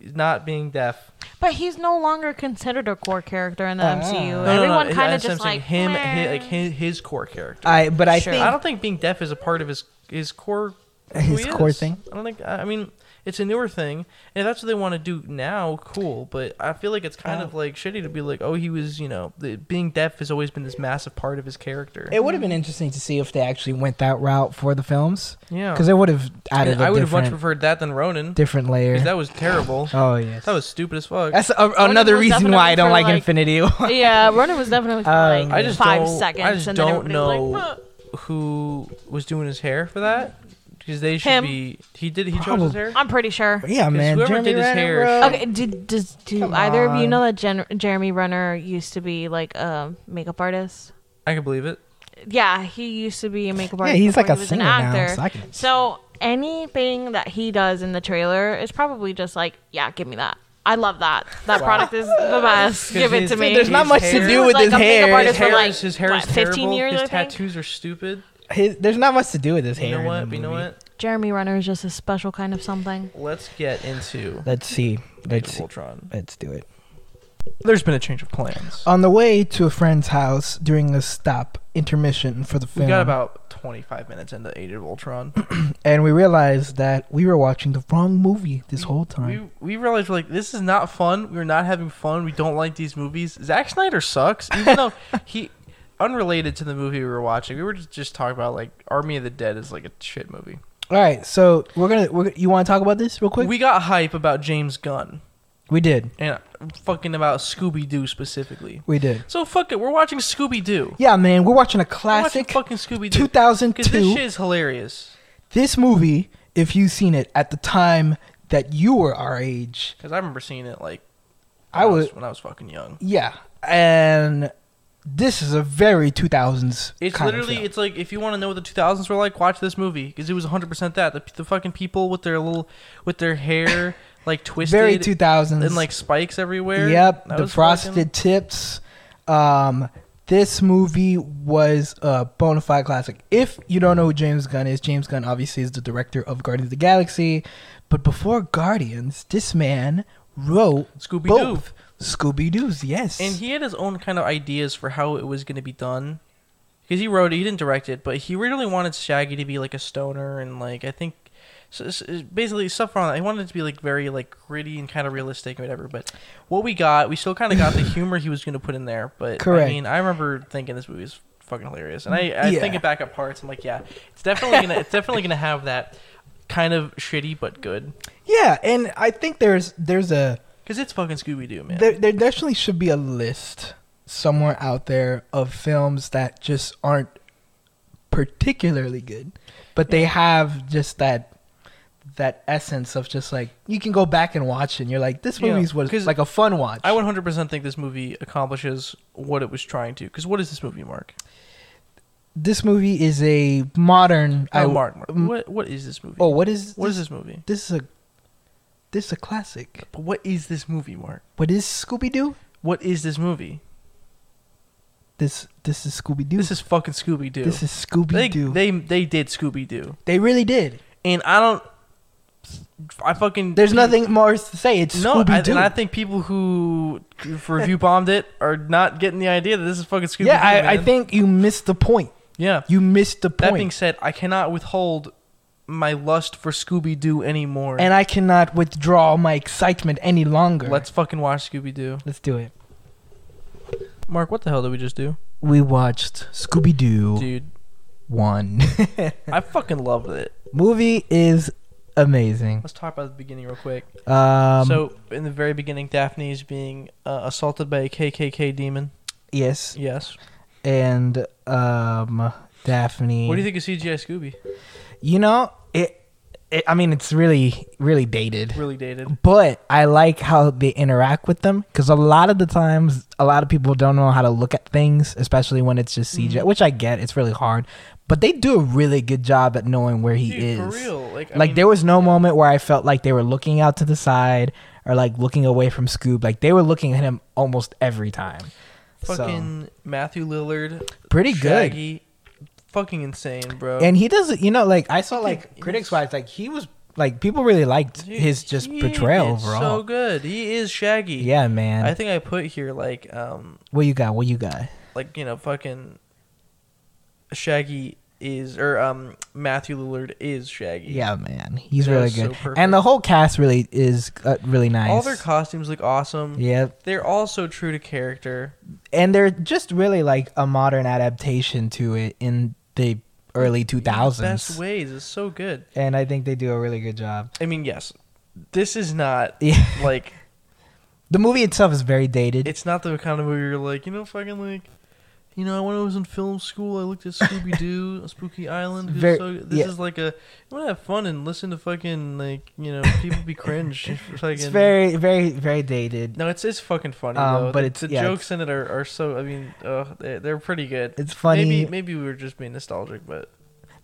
Speaker 1: He's not being deaf.
Speaker 3: But he's no longer considered a core character in the
Speaker 2: Ah.
Speaker 3: MCU.
Speaker 2: No, no,
Speaker 3: Everyone
Speaker 1: I-
Speaker 3: kind of
Speaker 1: that's what I'm
Speaker 3: just
Speaker 1: saying.
Speaker 3: like
Speaker 1: him,
Speaker 3: meh.
Speaker 1: hi- like his, his core character.
Speaker 2: I but I
Speaker 3: Sure.
Speaker 2: think
Speaker 1: I don't think being deaf is a part of his his core. who
Speaker 2: His
Speaker 1: he
Speaker 2: core
Speaker 1: is.
Speaker 2: thing?
Speaker 1: I don't think. I I mean, it's a newer thing, and if that's what they want to do now, cool. But I feel like it's kind of like shitty to be like, oh, he was, you know, the, being deaf has always been this massive part of his character.
Speaker 2: it would have been interesting to see if they actually went that route for the films
Speaker 1: yeah,
Speaker 2: because it would have added
Speaker 1: I
Speaker 2: a
Speaker 1: would have much
Speaker 2: different,
Speaker 1: preferred that than Ronan.
Speaker 2: different layer.
Speaker 1: Because that was terrible.
Speaker 2: oh yes,
Speaker 1: That was stupid as fuck.
Speaker 2: that's a, another
Speaker 3: was
Speaker 2: reason why I
Speaker 3: definitely
Speaker 2: don't
Speaker 3: for,
Speaker 2: like,
Speaker 3: like-
Speaker 2: Infinity War.
Speaker 3: yeah, Ronan was definitely for
Speaker 2: Um,
Speaker 3: like
Speaker 1: I just
Speaker 3: 5
Speaker 1: don't- I
Speaker 3: seconds.
Speaker 1: just
Speaker 3: and
Speaker 1: don't
Speaker 3: then everybody was
Speaker 1: know.
Speaker 3: Like,
Speaker 1: Who was doing his hair for that? Because they should
Speaker 3: Him.
Speaker 1: be. He did. He chose
Speaker 2: Probably.
Speaker 1: his hair.
Speaker 3: "Huh." I'm pretty sure.
Speaker 2: yeah, man.
Speaker 1: whoever
Speaker 2: Jeremy
Speaker 1: did his
Speaker 2: Renner,
Speaker 1: hair
Speaker 2: bro.
Speaker 3: Okay, did, does do
Speaker 2: Come
Speaker 3: either of you
Speaker 2: on.
Speaker 3: know that Jen, Jeremy Renner used to be like a makeup artist?
Speaker 1: I can believe it.
Speaker 3: Yeah, he used to be a makeup
Speaker 2: Yeah,
Speaker 3: artist.
Speaker 2: he's like
Speaker 3: before
Speaker 2: a
Speaker 3: he was an
Speaker 2: singer now.
Speaker 3: actor.
Speaker 2: So I can.
Speaker 3: So anything that he does in the trailer is probably just like, yeah, give me that. I love that. That product is the best. Give it
Speaker 1: his-
Speaker 3: to me.
Speaker 2: There's not
Speaker 1: His
Speaker 2: much
Speaker 1: hair-
Speaker 2: to do
Speaker 3: He was
Speaker 2: with
Speaker 3: like
Speaker 2: his
Speaker 3: a makeup
Speaker 2: hair.
Speaker 3: artist
Speaker 1: His
Speaker 3: for,
Speaker 1: hair,
Speaker 3: like,
Speaker 1: is, his hair
Speaker 3: what,
Speaker 1: is terrible.
Speaker 3: 15 years,
Speaker 1: his
Speaker 3: I think?
Speaker 1: tattoos are stupid.
Speaker 2: His, there's not much to do with his
Speaker 1: You
Speaker 2: hair.
Speaker 1: know
Speaker 2: in the
Speaker 1: what? You know
Speaker 2: movie.
Speaker 1: what?
Speaker 3: Jeremy Renner is just a special kind of something.
Speaker 1: Let's get into
Speaker 2: Let's see.
Speaker 1: Age
Speaker 2: Let's
Speaker 1: of Ultron.
Speaker 2: let's do it.
Speaker 1: There's been a change of plans.
Speaker 2: On the way to a friend's house during a stop intermission for the
Speaker 1: we
Speaker 2: film,
Speaker 1: got about 25 minutes into Age of Ultron.
Speaker 2: and we realized that we were watching the wrong movie this whole time.
Speaker 1: We we realized we're like this is not fun. We're not having fun. We don't like these movies. Zack Snyder sucks. Even though he unrelated to the movie we were watching, we were just, just talking about like Army of the Dead is like a shit movie.
Speaker 2: All right, so we're gonna. We're, you want to talk about this real quick?
Speaker 1: We got hype about James Gunn
Speaker 2: we did.
Speaker 1: and fucking about Scooby Doo specifically.
Speaker 2: We did.
Speaker 1: So fuck it, we're watching Scooby Doo.
Speaker 2: Yeah, man, we're watching a
Speaker 1: We're watching
Speaker 2: classic
Speaker 1: fucking Scooby Doo. Because this
Speaker 2: 2002.
Speaker 1: shit is hilarious.
Speaker 2: this movie, if you've seen it at the time that you were our age,
Speaker 1: Because I remember seeing it like when
Speaker 2: I was.
Speaker 1: when I was fucking young.
Speaker 2: Yeah, and this is a very 2000s.
Speaker 1: It's
Speaker 2: kind of
Speaker 1: literally,
Speaker 2: film.
Speaker 1: it's like if you want to know what the 2000s were like, watch this movie because it was 100 percent that the, the fucking people with their little, with their hair like twisted
Speaker 2: very 2000s.
Speaker 1: and like spikes everywhere.
Speaker 2: Yep,
Speaker 1: That
Speaker 2: the
Speaker 1: was
Speaker 2: frosted
Speaker 1: fucking-
Speaker 2: tips. Um, this movie was a bona fide classic. If you don't know who James Gunn is, James Gunn obviously is the director of Guardians of the Galaxy, but before Guardians, this man wrote
Speaker 1: Scooby-Doo.
Speaker 2: both Scooby Doo's. Yes,
Speaker 1: and he had his own kind of ideas for how it was going to be done because he wrote it, he didn't direct it, but he really wanted Shaggy to be like a stoner and like I think. So, so- basically, stuff around. that. I wanted it to be like very like gritty and kind of realistic, and whatever. But what we got, we still kind of got the humor he was going to put in there. But I
Speaker 2: Correct.
Speaker 1: mean, I remember thinking this movie is fucking hilarious. And I, I
Speaker 2: Yeah.
Speaker 1: think it back up parts. I'm like, yeah, it's definitely gonna it's definitely gonna have that kind of shitty but good
Speaker 2: Yeah, and I think there's there's a
Speaker 1: because it's fucking Scooby Doo, man.
Speaker 2: there, there definitely should be a list somewhere out there of films that just aren't particularly good, but they have just that that essence of just like you can go back and watch it and you're like this
Speaker 1: Yeah,
Speaker 2: movie's was
Speaker 1: 'cause
Speaker 2: like a fun watch.
Speaker 1: I 100% think this movie accomplishes what it was trying to. Because what is this movie, Mark?
Speaker 2: this movie is a modern
Speaker 1: Oh,
Speaker 2: I-
Speaker 1: Mark, Mark.
Speaker 2: mm,
Speaker 1: What, what is this movie?
Speaker 2: Oh, what is
Speaker 1: what
Speaker 2: this,
Speaker 1: is this movie?
Speaker 2: this is a this is a classic.
Speaker 1: But what is this movie, Mark?
Speaker 2: What is Scooby Doo?
Speaker 1: What is this movie?
Speaker 2: This this is Scooby Doo.
Speaker 1: This is fucking Scooby Doo.
Speaker 2: This is
Speaker 1: They,
Speaker 2: Scooby Doo. They,
Speaker 1: they they did Scooby Doo,
Speaker 2: really did.
Speaker 1: and I don't. I fucking
Speaker 2: There's nothing more to say. It's
Speaker 1: No, I,
Speaker 2: Scooby
Speaker 1: and I
Speaker 2: Doo.
Speaker 1: think people who review bombed it are not getting the idea that this is fucking Scooby.
Speaker 2: Yeah, I, I think you missed the point.
Speaker 1: Yeah.
Speaker 2: You missed the
Speaker 1: That
Speaker 2: point.
Speaker 1: being said, I cannot withhold my lust for Scooby Doo anymore.
Speaker 2: and I cannot withdraw my excitement any longer.
Speaker 1: let's fucking watch Scooby Doo.
Speaker 2: let's do it.
Speaker 1: Mark, what the hell did we just do,
Speaker 2: We watched Scooby Doo
Speaker 1: dude?
Speaker 2: one.
Speaker 1: I fucking loved it.
Speaker 2: Movie is amazing.
Speaker 1: Let's talk about the beginning real quick.
Speaker 2: Um,
Speaker 1: so, in the very beginning, Daphne is being uh, assaulted by a KKK demon.
Speaker 2: yes,
Speaker 1: Yes.
Speaker 2: and um, Daphne.
Speaker 1: What do you think of CGI Scooby?
Speaker 2: You know it. it I mean, it's really really dated.
Speaker 1: Really dated.
Speaker 2: but I like how they interact with them because a lot of the times, a lot of people don't know how to look at things, especially when it's just CJ,
Speaker 1: Mm-hmm.
Speaker 2: which I get. It's really hard, but they do a really good job at knowing where he
Speaker 1: Dude,
Speaker 2: is.
Speaker 1: for real. Like, I
Speaker 2: like
Speaker 1: mean,
Speaker 2: there was no moment where I felt like they were looking out to the side or like looking away from Scoob. Like they were looking at him almost every time.
Speaker 1: fucking Matthew Lillard.
Speaker 2: so pretty good.
Speaker 1: Shaggy, fucking insane, bro.
Speaker 2: And he doesn't, you know, like I saw like
Speaker 1: Dude,
Speaker 2: critics
Speaker 1: he's-
Speaker 2: wise, like he was like people really liked
Speaker 1: Dude,
Speaker 2: his just
Speaker 1: he
Speaker 2: portrayal
Speaker 1: did
Speaker 2: overall.
Speaker 1: So good. He is Shaggy.
Speaker 2: yeah, man.
Speaker 1: I think I put here like um
Speaker 2: what you got? What you got?
Speaker 1: like you know fucking Shaggy is or um Matthew Lillard is Shaggy.
Speaker 2: Yeah, man, he's
Speaker 1: That
Speaker 2: really
Speaker 1: was so
Speaker 2: good,
Speaker 1: perfect.
Speaker 2: and the whole cast really is uh, really nice.
Speaker 1: All their costumes look awesome.
Speaker 2: yeah,
Speaker 1: They're all so true to character.
Speaker 2: and they're just really like a modern adaptation to it in the early two
Speaker 1: In the best
Speaker 2: thousands,
Speaker 1: ways. It's so good.
Speaker 2: and I think they do a really good job.
Speaker 1: I mean, yes, this is not
Speaker 2: Yeah,
Speaker 1: like
Speaker 2: the movie itself is very dated.
Speaker 1: it's not the kind of movie you're like you know fucking like. You know, when I was in film school, I looked at Scooby Doo, Spooky Island. It was
Speaker 2: Very-
Speaker 1: so, this
Speaker 2: yeah.
Speaker 1: is like a. You want to have fun and listen to fucking, like, you know, people be cringe.
Speaker 2: it's
Speaker 1: fucking-
Speaker 2: very, very, very dated.
Speaker 1: No, it's it's fucking funny
Speaker 2: Um,
Speaker 1: though.
Speaker 2: but
Speaker 1: The-
Speaker 2: it's-
Speaker 1: the
Speaker 2: yeah,
Speaker 1: jokes in it are, are so. I mean, uh, they they're pretty good.
Speaker 2: It's funny.
Speaker 1: Maybe maybe we were just being nostalgic, but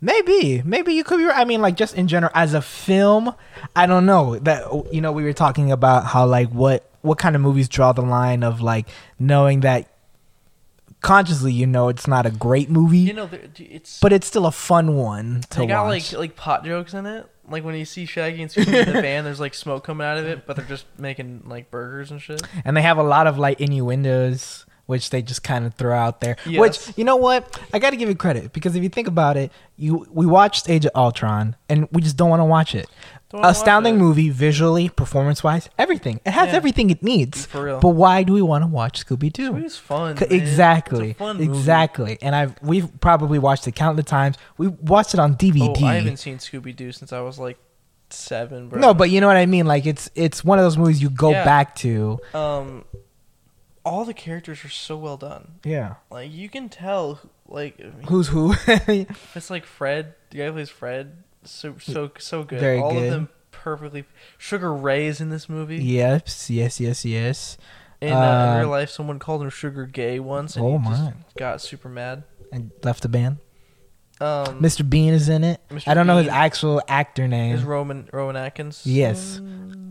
Speaker 2: Maybe, maybe you could be. right. I mean, like just in general, as a film, I don't know that you know we were talking about how like what what kind of movies draw the line of like knowing that consciously you know it's not a great movie,
Speaker 1: you know, there- it's
Speaker 2: but it's still a fun one to
Speaker 1: they got
Speaker 2: watch.
Speaker 1: like like pot jokes in it. Like when you see Shaggy and Scooby in the van, there's like smoke coming out of it, but they're just making like burgers and shit.
Speaker 2: and they have a lot of like innuendos. Which they just kind of throw out there.
Speaker 1: Yes.
Speaker 2: Which you know what? I got to give you credit because if you think about it, you we watched Age of Ultron and we just don't want to watch it.
Speaker 1: Don't wanna watch
Speaker 2: Astounding
Speaker 1: it.
Speaker 2: movie, visually, performance-wise, everything. It has
Speaker 1: Yeah.
Speaker 2: everything it needs.
Speaker 1: For real.
Speaker 2: But why do we want to watch Scooby Doo?
Speaker 1: It was fun.
Speaker 2: C-
Speaker 1: man. It's a
Speaker 2: Exactly.
Speaker 1: fun movie.
Speaker 2: Exactly. And I've we've probably watched it countless times. We watched it on DVD.
Speaker 1: Oh, I haven't seen Scooby Doo since I was like seven, bro.
Speaker 2: no, but you know what I mean. Like it's it's one of those movies you go
Speaker 1: Yeah.
Speaker 2: back to.
Speaker 1: um, all the characters are so well done.
Speaker 2: Yeah.
Speaker 1: Like you can tell, who- like I mean,
Speaker 2: Who's who?
Speaker 1: It's like Fred. The guy who plays Fred. So so so good.
Speaker 2: Very
Speaker 1: All
Speaker 2: good.
Speaker 1: of them perfectly. Sugar Ray is in this movie.
Speaker 2: yes. Yes. Yes. Yes.
Speaker 1: In, uh,
Speaker 2: Uh,
Speaker 1: in real life, someone called him Sugar Gay once, and
Speaker 2: Oh,
Speaker 1: he just
Speaker 2: my.
Speaker 1: got super mad.
Speaker 2: And left the band.
Speaker 1: Um,
Speaker 2: Mr. Bean is in it.
Speaker 1: Mr.
Speaker 2: I don't know his
Speaker 1: Bean.
Speaker 2: actual actor name.
Speaker 1: is Mm, Roman Rowan Atkins?
Speaker 2: yes. Um.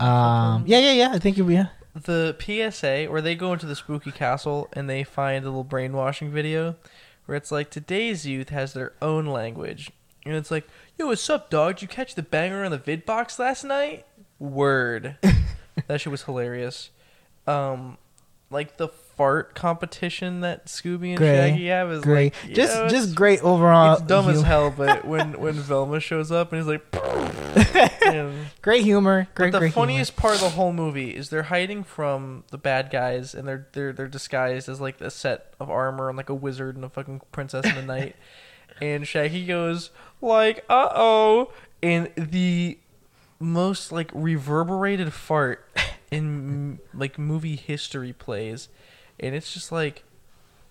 Speaker 2: Yeah. Yeah. Yeah. I think it. Yeah.
Speaker 1: The PSA where they go into the spooky castle and they find a little brainwashing video, where it's like today's youth has their own language, and it's like, yo, what's up, dog? Did you catch the banger on the vid box last night? Word. that shit was hilarious. Um, like the fart competition that Scooby and
Speaker 2: Great,
Speaker 1: Shaggy have is
Speaker 2: Great.
Speaker 1: like you
Speaker 2: just
Speaker 1: know,
Speaker 2: just
Speaker 1: it's-
Speaker 2: great overall.
Speaker 1: it's dumb as
Speaker 2: hu-
Speaker 1: hell, but when when Velma shows up and he's like, and-
Speaker 2: Great humor. Great
Speaker 1: but the
Speaker 2: great
Speaker 1: funniest part of the whole movie is they're hiding from the bad guys and they're they're they're disguised as like a set of armor and like a wizard and a fucking princess in the night. And Shaggy goes like, "Uh oh," and the most like reverberated fart in like movie history plays, and it's just like.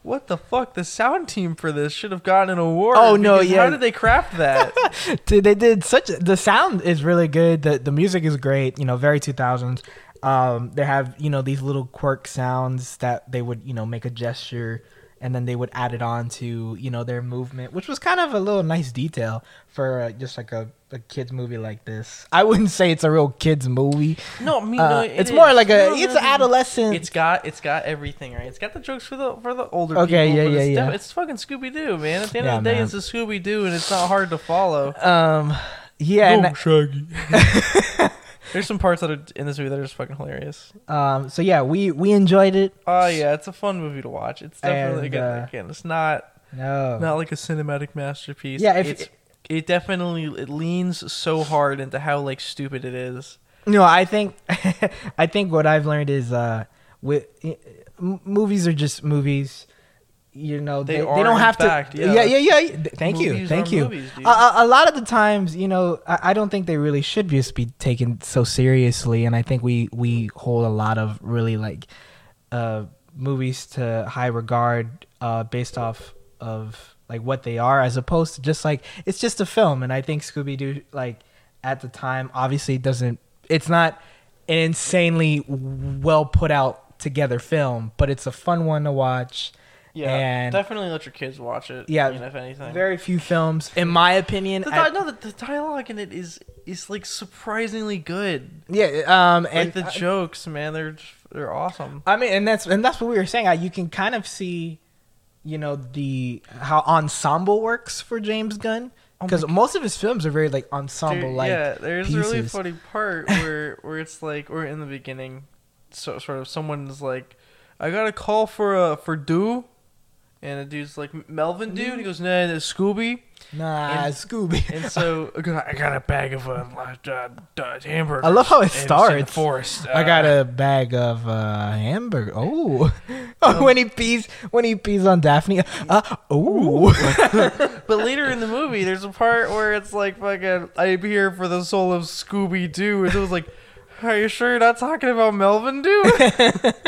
Speaker 1: What the fuck? The sound team for this should have gotten an award.
Speaker 2: Oh, no,
Speaker 1: because
Speaker 2: yeah.
Speaker 1: How did they craft that?
Speaker 2: humor. Dude, they did such. The sound is really good. The the music is great. You know, very two thousands. Um, they have you know these little quirk sounds that they would you know make a gesture, and then they would add it on to you know their movement, which was kind of a little nice detail for uh, just like a, a kids movie like this. I wouldn't say it's a real kids movie.
Speaker 1: no, I mean,
Speaker 2: Uh,
Speaker 1: no, it
Speaker 2: it's more
Speaker 1: is.
Speaker 2: like a
Speaker 1: No,
Speaker 2: it's
Speaker 1: no,
Speaker 2: an
Speaker 1: no.
Speaker 2: adolescent.
Speaker 1: It's got it's got everything right. It's got the jokes for the for the older
Speaker 2: Okay,
Speaker 1: people.
Speaker 2: yeah,
Speaker 1: but it's
Speaker 2: yeah,
Speaker 1: def-
Speaker 2: yeah.
Speaker 1: It's fucking Scooby Doo, man. At the end
Speaker 2: Yeah,
Speaker 1: of the day,
Speaker 2: man.
Speaker 1: it's a Scooby Doo, and it's not hard to follow.
Speaker 2: um, yeah. and I-
Speaker 1: Shaggy. There's some parts that are in this movie that are just fucking hilarious.
Speaker 2: Um, so yeah, we we enjoyed it.
Speaker 1: Oh yeah, it's a fun movie to watch. It's definitely
Speaker 2: And,
Speaker 1: good.
Speaker 2: uh,
Speaker 1: again, it's not
Speaker 2: No.
Speaker 1: not like a cinematic masterpiece.
Speaker 2: Yeah, if-
Speaker 1: it's, it definitely it leans so hard into how like stupid it is.
Speaker 2: No, I think I think what I've learned is uh with m- movies are just movies. You know,
Speaker 1: They
Speaker 2: they, they,
Speaker 1: are,
Speaker 2: don't
Speaker 1: in
Speaker 2: have
Speaker 1: fact,
Speaker 2: to
Speaker 1: yeah.
Speaker 2: yeah, yeah, yeah. yeah. Thank you.
Speaker 1: Movies
Speaker 2: Thank
Speaker 1: are
Speaker 2: you.
Speaker 1: movies, dude.
Speaker 2: a, a a lot of the times, you know, I, I don't think they really should be, just be taken so seriously, and I think we we hold a lot of really like uh, movies to high regard uh, based off of like what they are, as opposed to just like it's just a film. And I think Scooby Doo, like at the time, obviously doesn't. It's not an insanely well put out together film, but it's a fun one to watch.
Speaker 1: Yeah,
Speaker 2: and
Speaker 1: definitely let your kids watch it.
Speaker 2: Yeah,
Speaker 1: I mean, if anything,
Speaker 2: very few films, in my opinion.
Speaker 1: The di-
Speaker 2: I-
Speaker 1: no, the, the dialogue in it is is like surprisingly good.
Speaker 2: yeah, um, and
Speaker 1: like the jokes, man, they're j- they're awesome.
Speaker 2: I mean, and that's and that's what we were saying. uh, You can kind of see, you know, the how ensemble works for James Gunn
Speaker 1: Oh
Speaker 2: because most of his films are very like ensemble
Speaker 1: There-
Speaker 2: like.
Speaker 1: yeah, there's a really
Speaker 2: pieces.
Speaker 1: funny part where where it's like we're in the beginning, so sort of someone's like, I got a call for uh for Dew, and the dude's like Melvin Dew, and he goes, Nah, that's Scooby.
Speaker 2: Nah,
Speaker 1: And-
Speaker 2: Scooby.
Speaker 1: And so I got, I got a bag of uh, uh, uh, hamburgers.
Speaker 2: I love how it
Speaker 1: and it's in the
Speaker 2: starts.
Speaker 1: forest.
Speaker 2: I
Speaker 1: Uh,
Speaker 2: got a bag of uh, hamburger. Oh,
Speaker 1: Um,
Speaker 2: oh when he pees, when he pees on Daphne. Uh, ooh.
Speaker 1: But later in the movie, there's a part where it's like fucking I'm here for the soul of Scooby Doo, and it was like, are you sure you're not talking about Melvin Doo?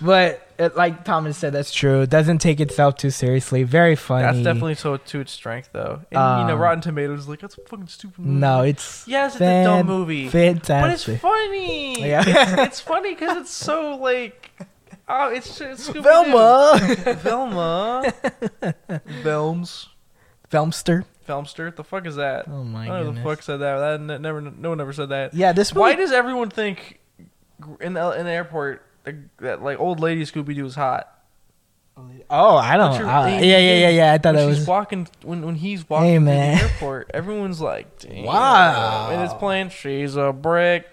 Speaker 2: but it, like Thomas said, that's true. It doesn't take itself too seriously. Very funny.
Speaker 1: That's definitely so to its strength though, and you know
Speaker 2: Um,
Speaker 1: Rotten Tomatoes is like that's a fucking stupid. Movie.
Speaker 2: no. It's
Speaker 1: Yes, it's a dumb movie, but it's
Speaker 2: Fantastic.
Speaker 1: funny.
Speaker 2: Yeah.
Speaker 1: It's, it's funny because it's so like, oh, it's, it's Scooby
Speaker 2: Velma.
Speaker 1: Velma, Velms,
Speaker 2: Filmster.
Speaker 1: Velmster. What the fuck is that?
Speaker 2: Oh my
Speaker 1: I don't know who the
Speaker 2: goodness.
Speaker 1: fuck said that. That n- never, no one ever said that.
Speaker 2: Yeah, this movie.
Speaker 1: Why does everyone think in the, in the airport that, that like old lady Scooby Doo is hot?
Speaker 2: oh, I don't.
Speaker 1: Don't you-
Speaker 2: I- yeah, yeah, yeah, yeah. I thought
Speaker 1: When
Speaker 2: it
Speaker 1: she's
Speaker 2: was.
Speaker 1: walking when, when he's walking
Speaker 2: Hey,
Speaker 1: through
Speaker 2: man.
Speaker 1: the airport. Everyone's like, Damn.
Speaker 2: Wow.
Speaker 1: And it's playing. She's a brick.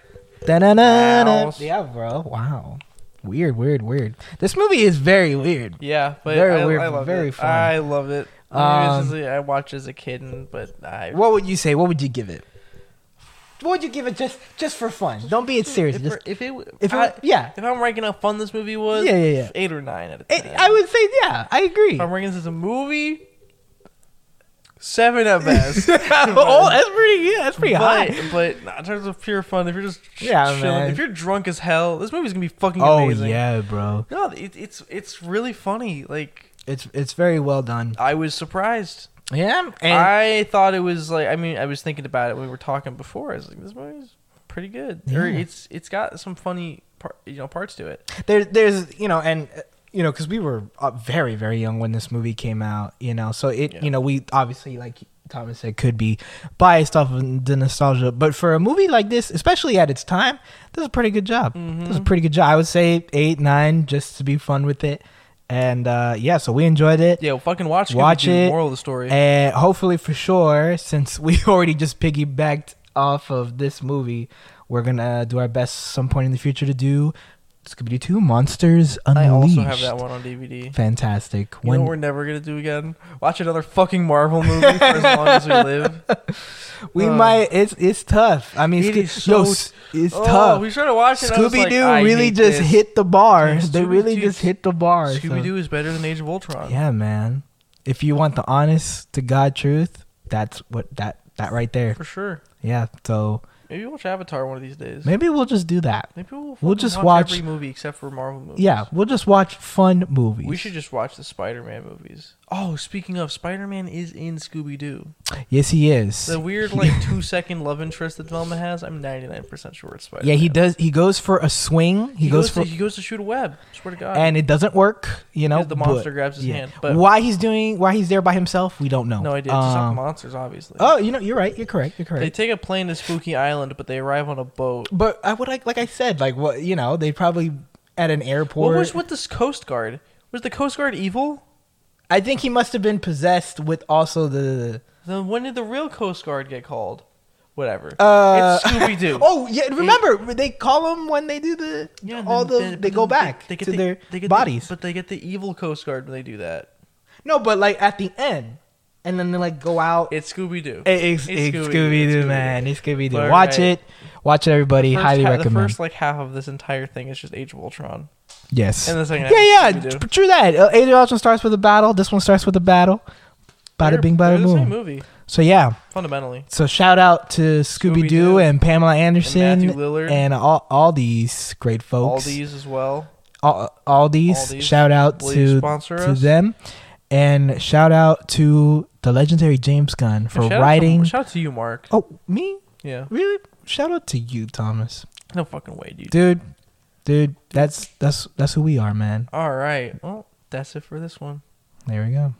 Speaker 2: Da-na-na-na.
Speaker 1: House.
Speaker 2: Yeah, bro. Wow. Weird, weird, weird. This movie is very weird.
Speaker 1: Yeah, but
Speaker 2: Very
Speaker 1: I,
Speaker 2: weird,
Speaker 1: I love
Speaker 2: very
Speaker 1: it.
Speaker 2: fun.
Speaker 1: I love it. I mean, this
Speaker 2: Um,
Speaker 1: is a- I watched as a kid, and, but I
Speaker 2: What would you say? What would you give it? What would you give it just just for fun? Don't be it serious.
Speaker 1: if,
Speaker 2: Just
Speaker 1: it- if it
Speaker 2: if
Speaker 1: if
Speaker 2: it-
Speaker 1: I,
Speaker 2: yeah.
Speaker 1: if I'm ranking how fun this movie was
Speaker 2: Yeah, yeah, yeah.
Speaker 1: eight or nine out of ten
Speaker 2: it, I would say yeah. I agree.
Speaker 1: if I'm ranking this as a movie seven at best.
Speaker 2: oh, that's pretty. Yeah, that's pretty
Speaker 1: but,
Speaker 2: high.
Speaker 1: But nah, in terms of pure fun, if you're just ch-
Speaker 2: Yeah,
Speaker 1: chilling,
Speaker 2: man.
Speaker 1: if you're drunk as hell, this movie's gonna be fucking
Speaker 2: Oh
Speaker 1: amazing.
Speaker 2: yeah, bro.
Speaker 1: No, it, it's it's really funny. Like
Speaker 2: It's it's very well done.
Speaker 1: I was surprised.
Speaker 2: Yeah, and
Speaker 1: I thought it was like I mean I was thinking about it when we were talking before. I was like, this movie's pretty good. Or
Speaker 2: Yeah.
Speaker 1: it's it's got some funny par- you know parts to it.
Speaker 2: there, there's you know and uh, you know because we were uh, very very young when this movie came out you know so it
Speaker 1: Yeah.
Speaker 2: you know we obviously like thomas said could be biased off of the nostalgia but for a movie like this especially at its time does a pretty good job does a pretty good job i would say eight nine just to be fun with it and uh yeah so we enjoyed it
Speaker 1: Yeah, well, fucking watch
Speaker 2: Watch
Speaker 1: Scooby-Doo,
Speaker 2: it.
Speaker 1: Moral of the story.
Speaker 2: and hopefully, for sure, since we already just piggybacked off of this movie, we're gonna do our best some point in the future to do Scooby Doo Two Monsters
Speaker 1: I
Speaker 2: Unleashed.
Speaker 1: also have that one on DVD.
Speaker 2: Fantastic.
Speaker 1: You
Speaker 2: when
Speaker 1: know what we're never gonna do again? Watch another fucking Marvel movie for as long as we live.
Speaker 2: we
Speaker 1: uh,
Speaker 2: might, it's it's tough. I mean,
Speaker 1: it
Speaker 2: Sco-
Speaker 1: is
Speaker 2: yo,
Speaker 1: so
Speaker 2: s- it's
Speaker 1: oh,
Speaker 2: tough.
Speaker 1: We started watching.
Speaker 2: Scooby Doo
Speaker 1: Doo like,
Speaker 2: really just hit the bar.
Speaker 1: Yeah,
Speaker 2: they
Speaker 1: Scooby-Doo
Speaker 2: really
Speaker 1: is-
Speaker 2: just hit the bar. so-
Speaker 1: Scooby Doo is better than Age of Ultron.
Speaker 2: Yeah, man. If you want the honest to God truth, that's what that that right there.
Speaker 1: for sure.
Speaker 2: Yeah. So
Speaker 1: Maybe we'll watch Avatar one of these days.
Speaker 2: maybe we'll just do that.
Speaker 1: Maybe we'll,
Speaker 2: We'll
Speaker 1: fucking
Speaker 2: just watch-
Speaker 1: every movie except for Marvel movies.
Speaker 2: Yeah, we'll just watch fun movies.
Speaker 1: We should just watch the Spider-Man movies. Oh, speaking of, Spider-Man is in Scooby-Doo.
Speaker 2: Yes, he is.
Speaker 1: The weird, like, two-second love interest that Velma has. I'm 99% sure it's Spider-Man.
Speaker 2: yeah, he does. He goes for a swing. He, goes,
Speaker 1: to,
Speaker 2: for,
Speaker 1: he goes to shoot a web. Swear to God.
Speaker 2: and it doesn't work. You know,
Speaker 1: Because the
Speaker 2: but-
Speaker 1: monster grabs his hand, but-
Speaker 2: why he's doing? Why he's there by himself? We don't know.
Speaker 1: no idea. It's just not
Speaker 2: Um,
Speaker 1: the monsters, obviously.
Speaker 2: oh, you know, you're right. You're correct. You're
Speaker 1: They
Speaker 2: correct.
Speaker 1: take a plane to Spooky Island, but they arrive on a boat.
Speaker 2: but I would like, like I said, like what you know, they probably at an airport.
Speaker 1: what was with this Coast Guard? Was the Coast Guard evil?
Speaker 2: I think he must have been possessed with also the.
Speaker 1: Then when did the real Coast Guard get called? Whatever.
Speaker 2: Uh,
Speaker 1: it's Scooby Doo.
Speaker 2: Oh yeah, remember they call him when they do the all the they, go back to their bodies.
Speaker 1: but they get the evil Coast Guard when they do that.
Speaker 2: no, but like at the end, and then they like go out.
Speaker 1: It's Scooby Doo.
Speaker 2: It's,
Speaker 1: it's Scooby-Doo,
Speaker 2: Scooby Doo,
Speaker 1: it's
Speaker 2: man. It's Scooby Doo.
Speaker 1: All
Speaker 2: Watch
Speaker 1: right.
Speaker 2: it, watch it, everybody. Highly recommend.
Speaker 1: The first like half of this entire thing is just Age of Ultron.
Speaker 2: yes.
Speaker 1: And the second half
Speaker 2: yeah,
Speaker 1: is
Speaker 2: yeah.
Speaker 1: Scooby-Doo.
Speaker 2: tr- True that. Uh, Age of Ultron starts with a battle. This one starts with a battle. Bada
Speaker 1: They're-
Speaker 2: bing, bada
Speaker 1: they're the same
Speaker 2: boom.
Speaker 1: movie
Speaker 2: So yeah.
Speaker 1: fundamentally.
Speaker 2: So shout out to Scooby Doo
Speaker 1: Scooby-Doo
Speaker 2: and Pamela Anderson
Speaker 1: Lillard.
Speaker 2: and all all these great folks.
Speaker 1: All these as well.
Speaker 2: Al- Aldi's.
Speaker 1: Aldi's.
Speaker 2: Shout out
Speaker 1: Will
Speaker 2: to
Speaker 1: you sponsor
Speaker 2: to
Speaker 1: us?
Speaker 2: them, and shout out to the legendary James Gunn for
Speaker 1: And shout out to-
Speaker 2: writing.
Speaker 1: shout out to you, Mark.
Speaker 2: oh, me
Speaker 1: Yeah.
Speaker 2: really? Shout out to you, Thomas,
Speaker 1: No fucking way, dude.
Speaker 2: dude, dude. That's that's that's who we are, man.
Speaker 1: All right. Well, that's it for this one.
Speaker 2: There we go.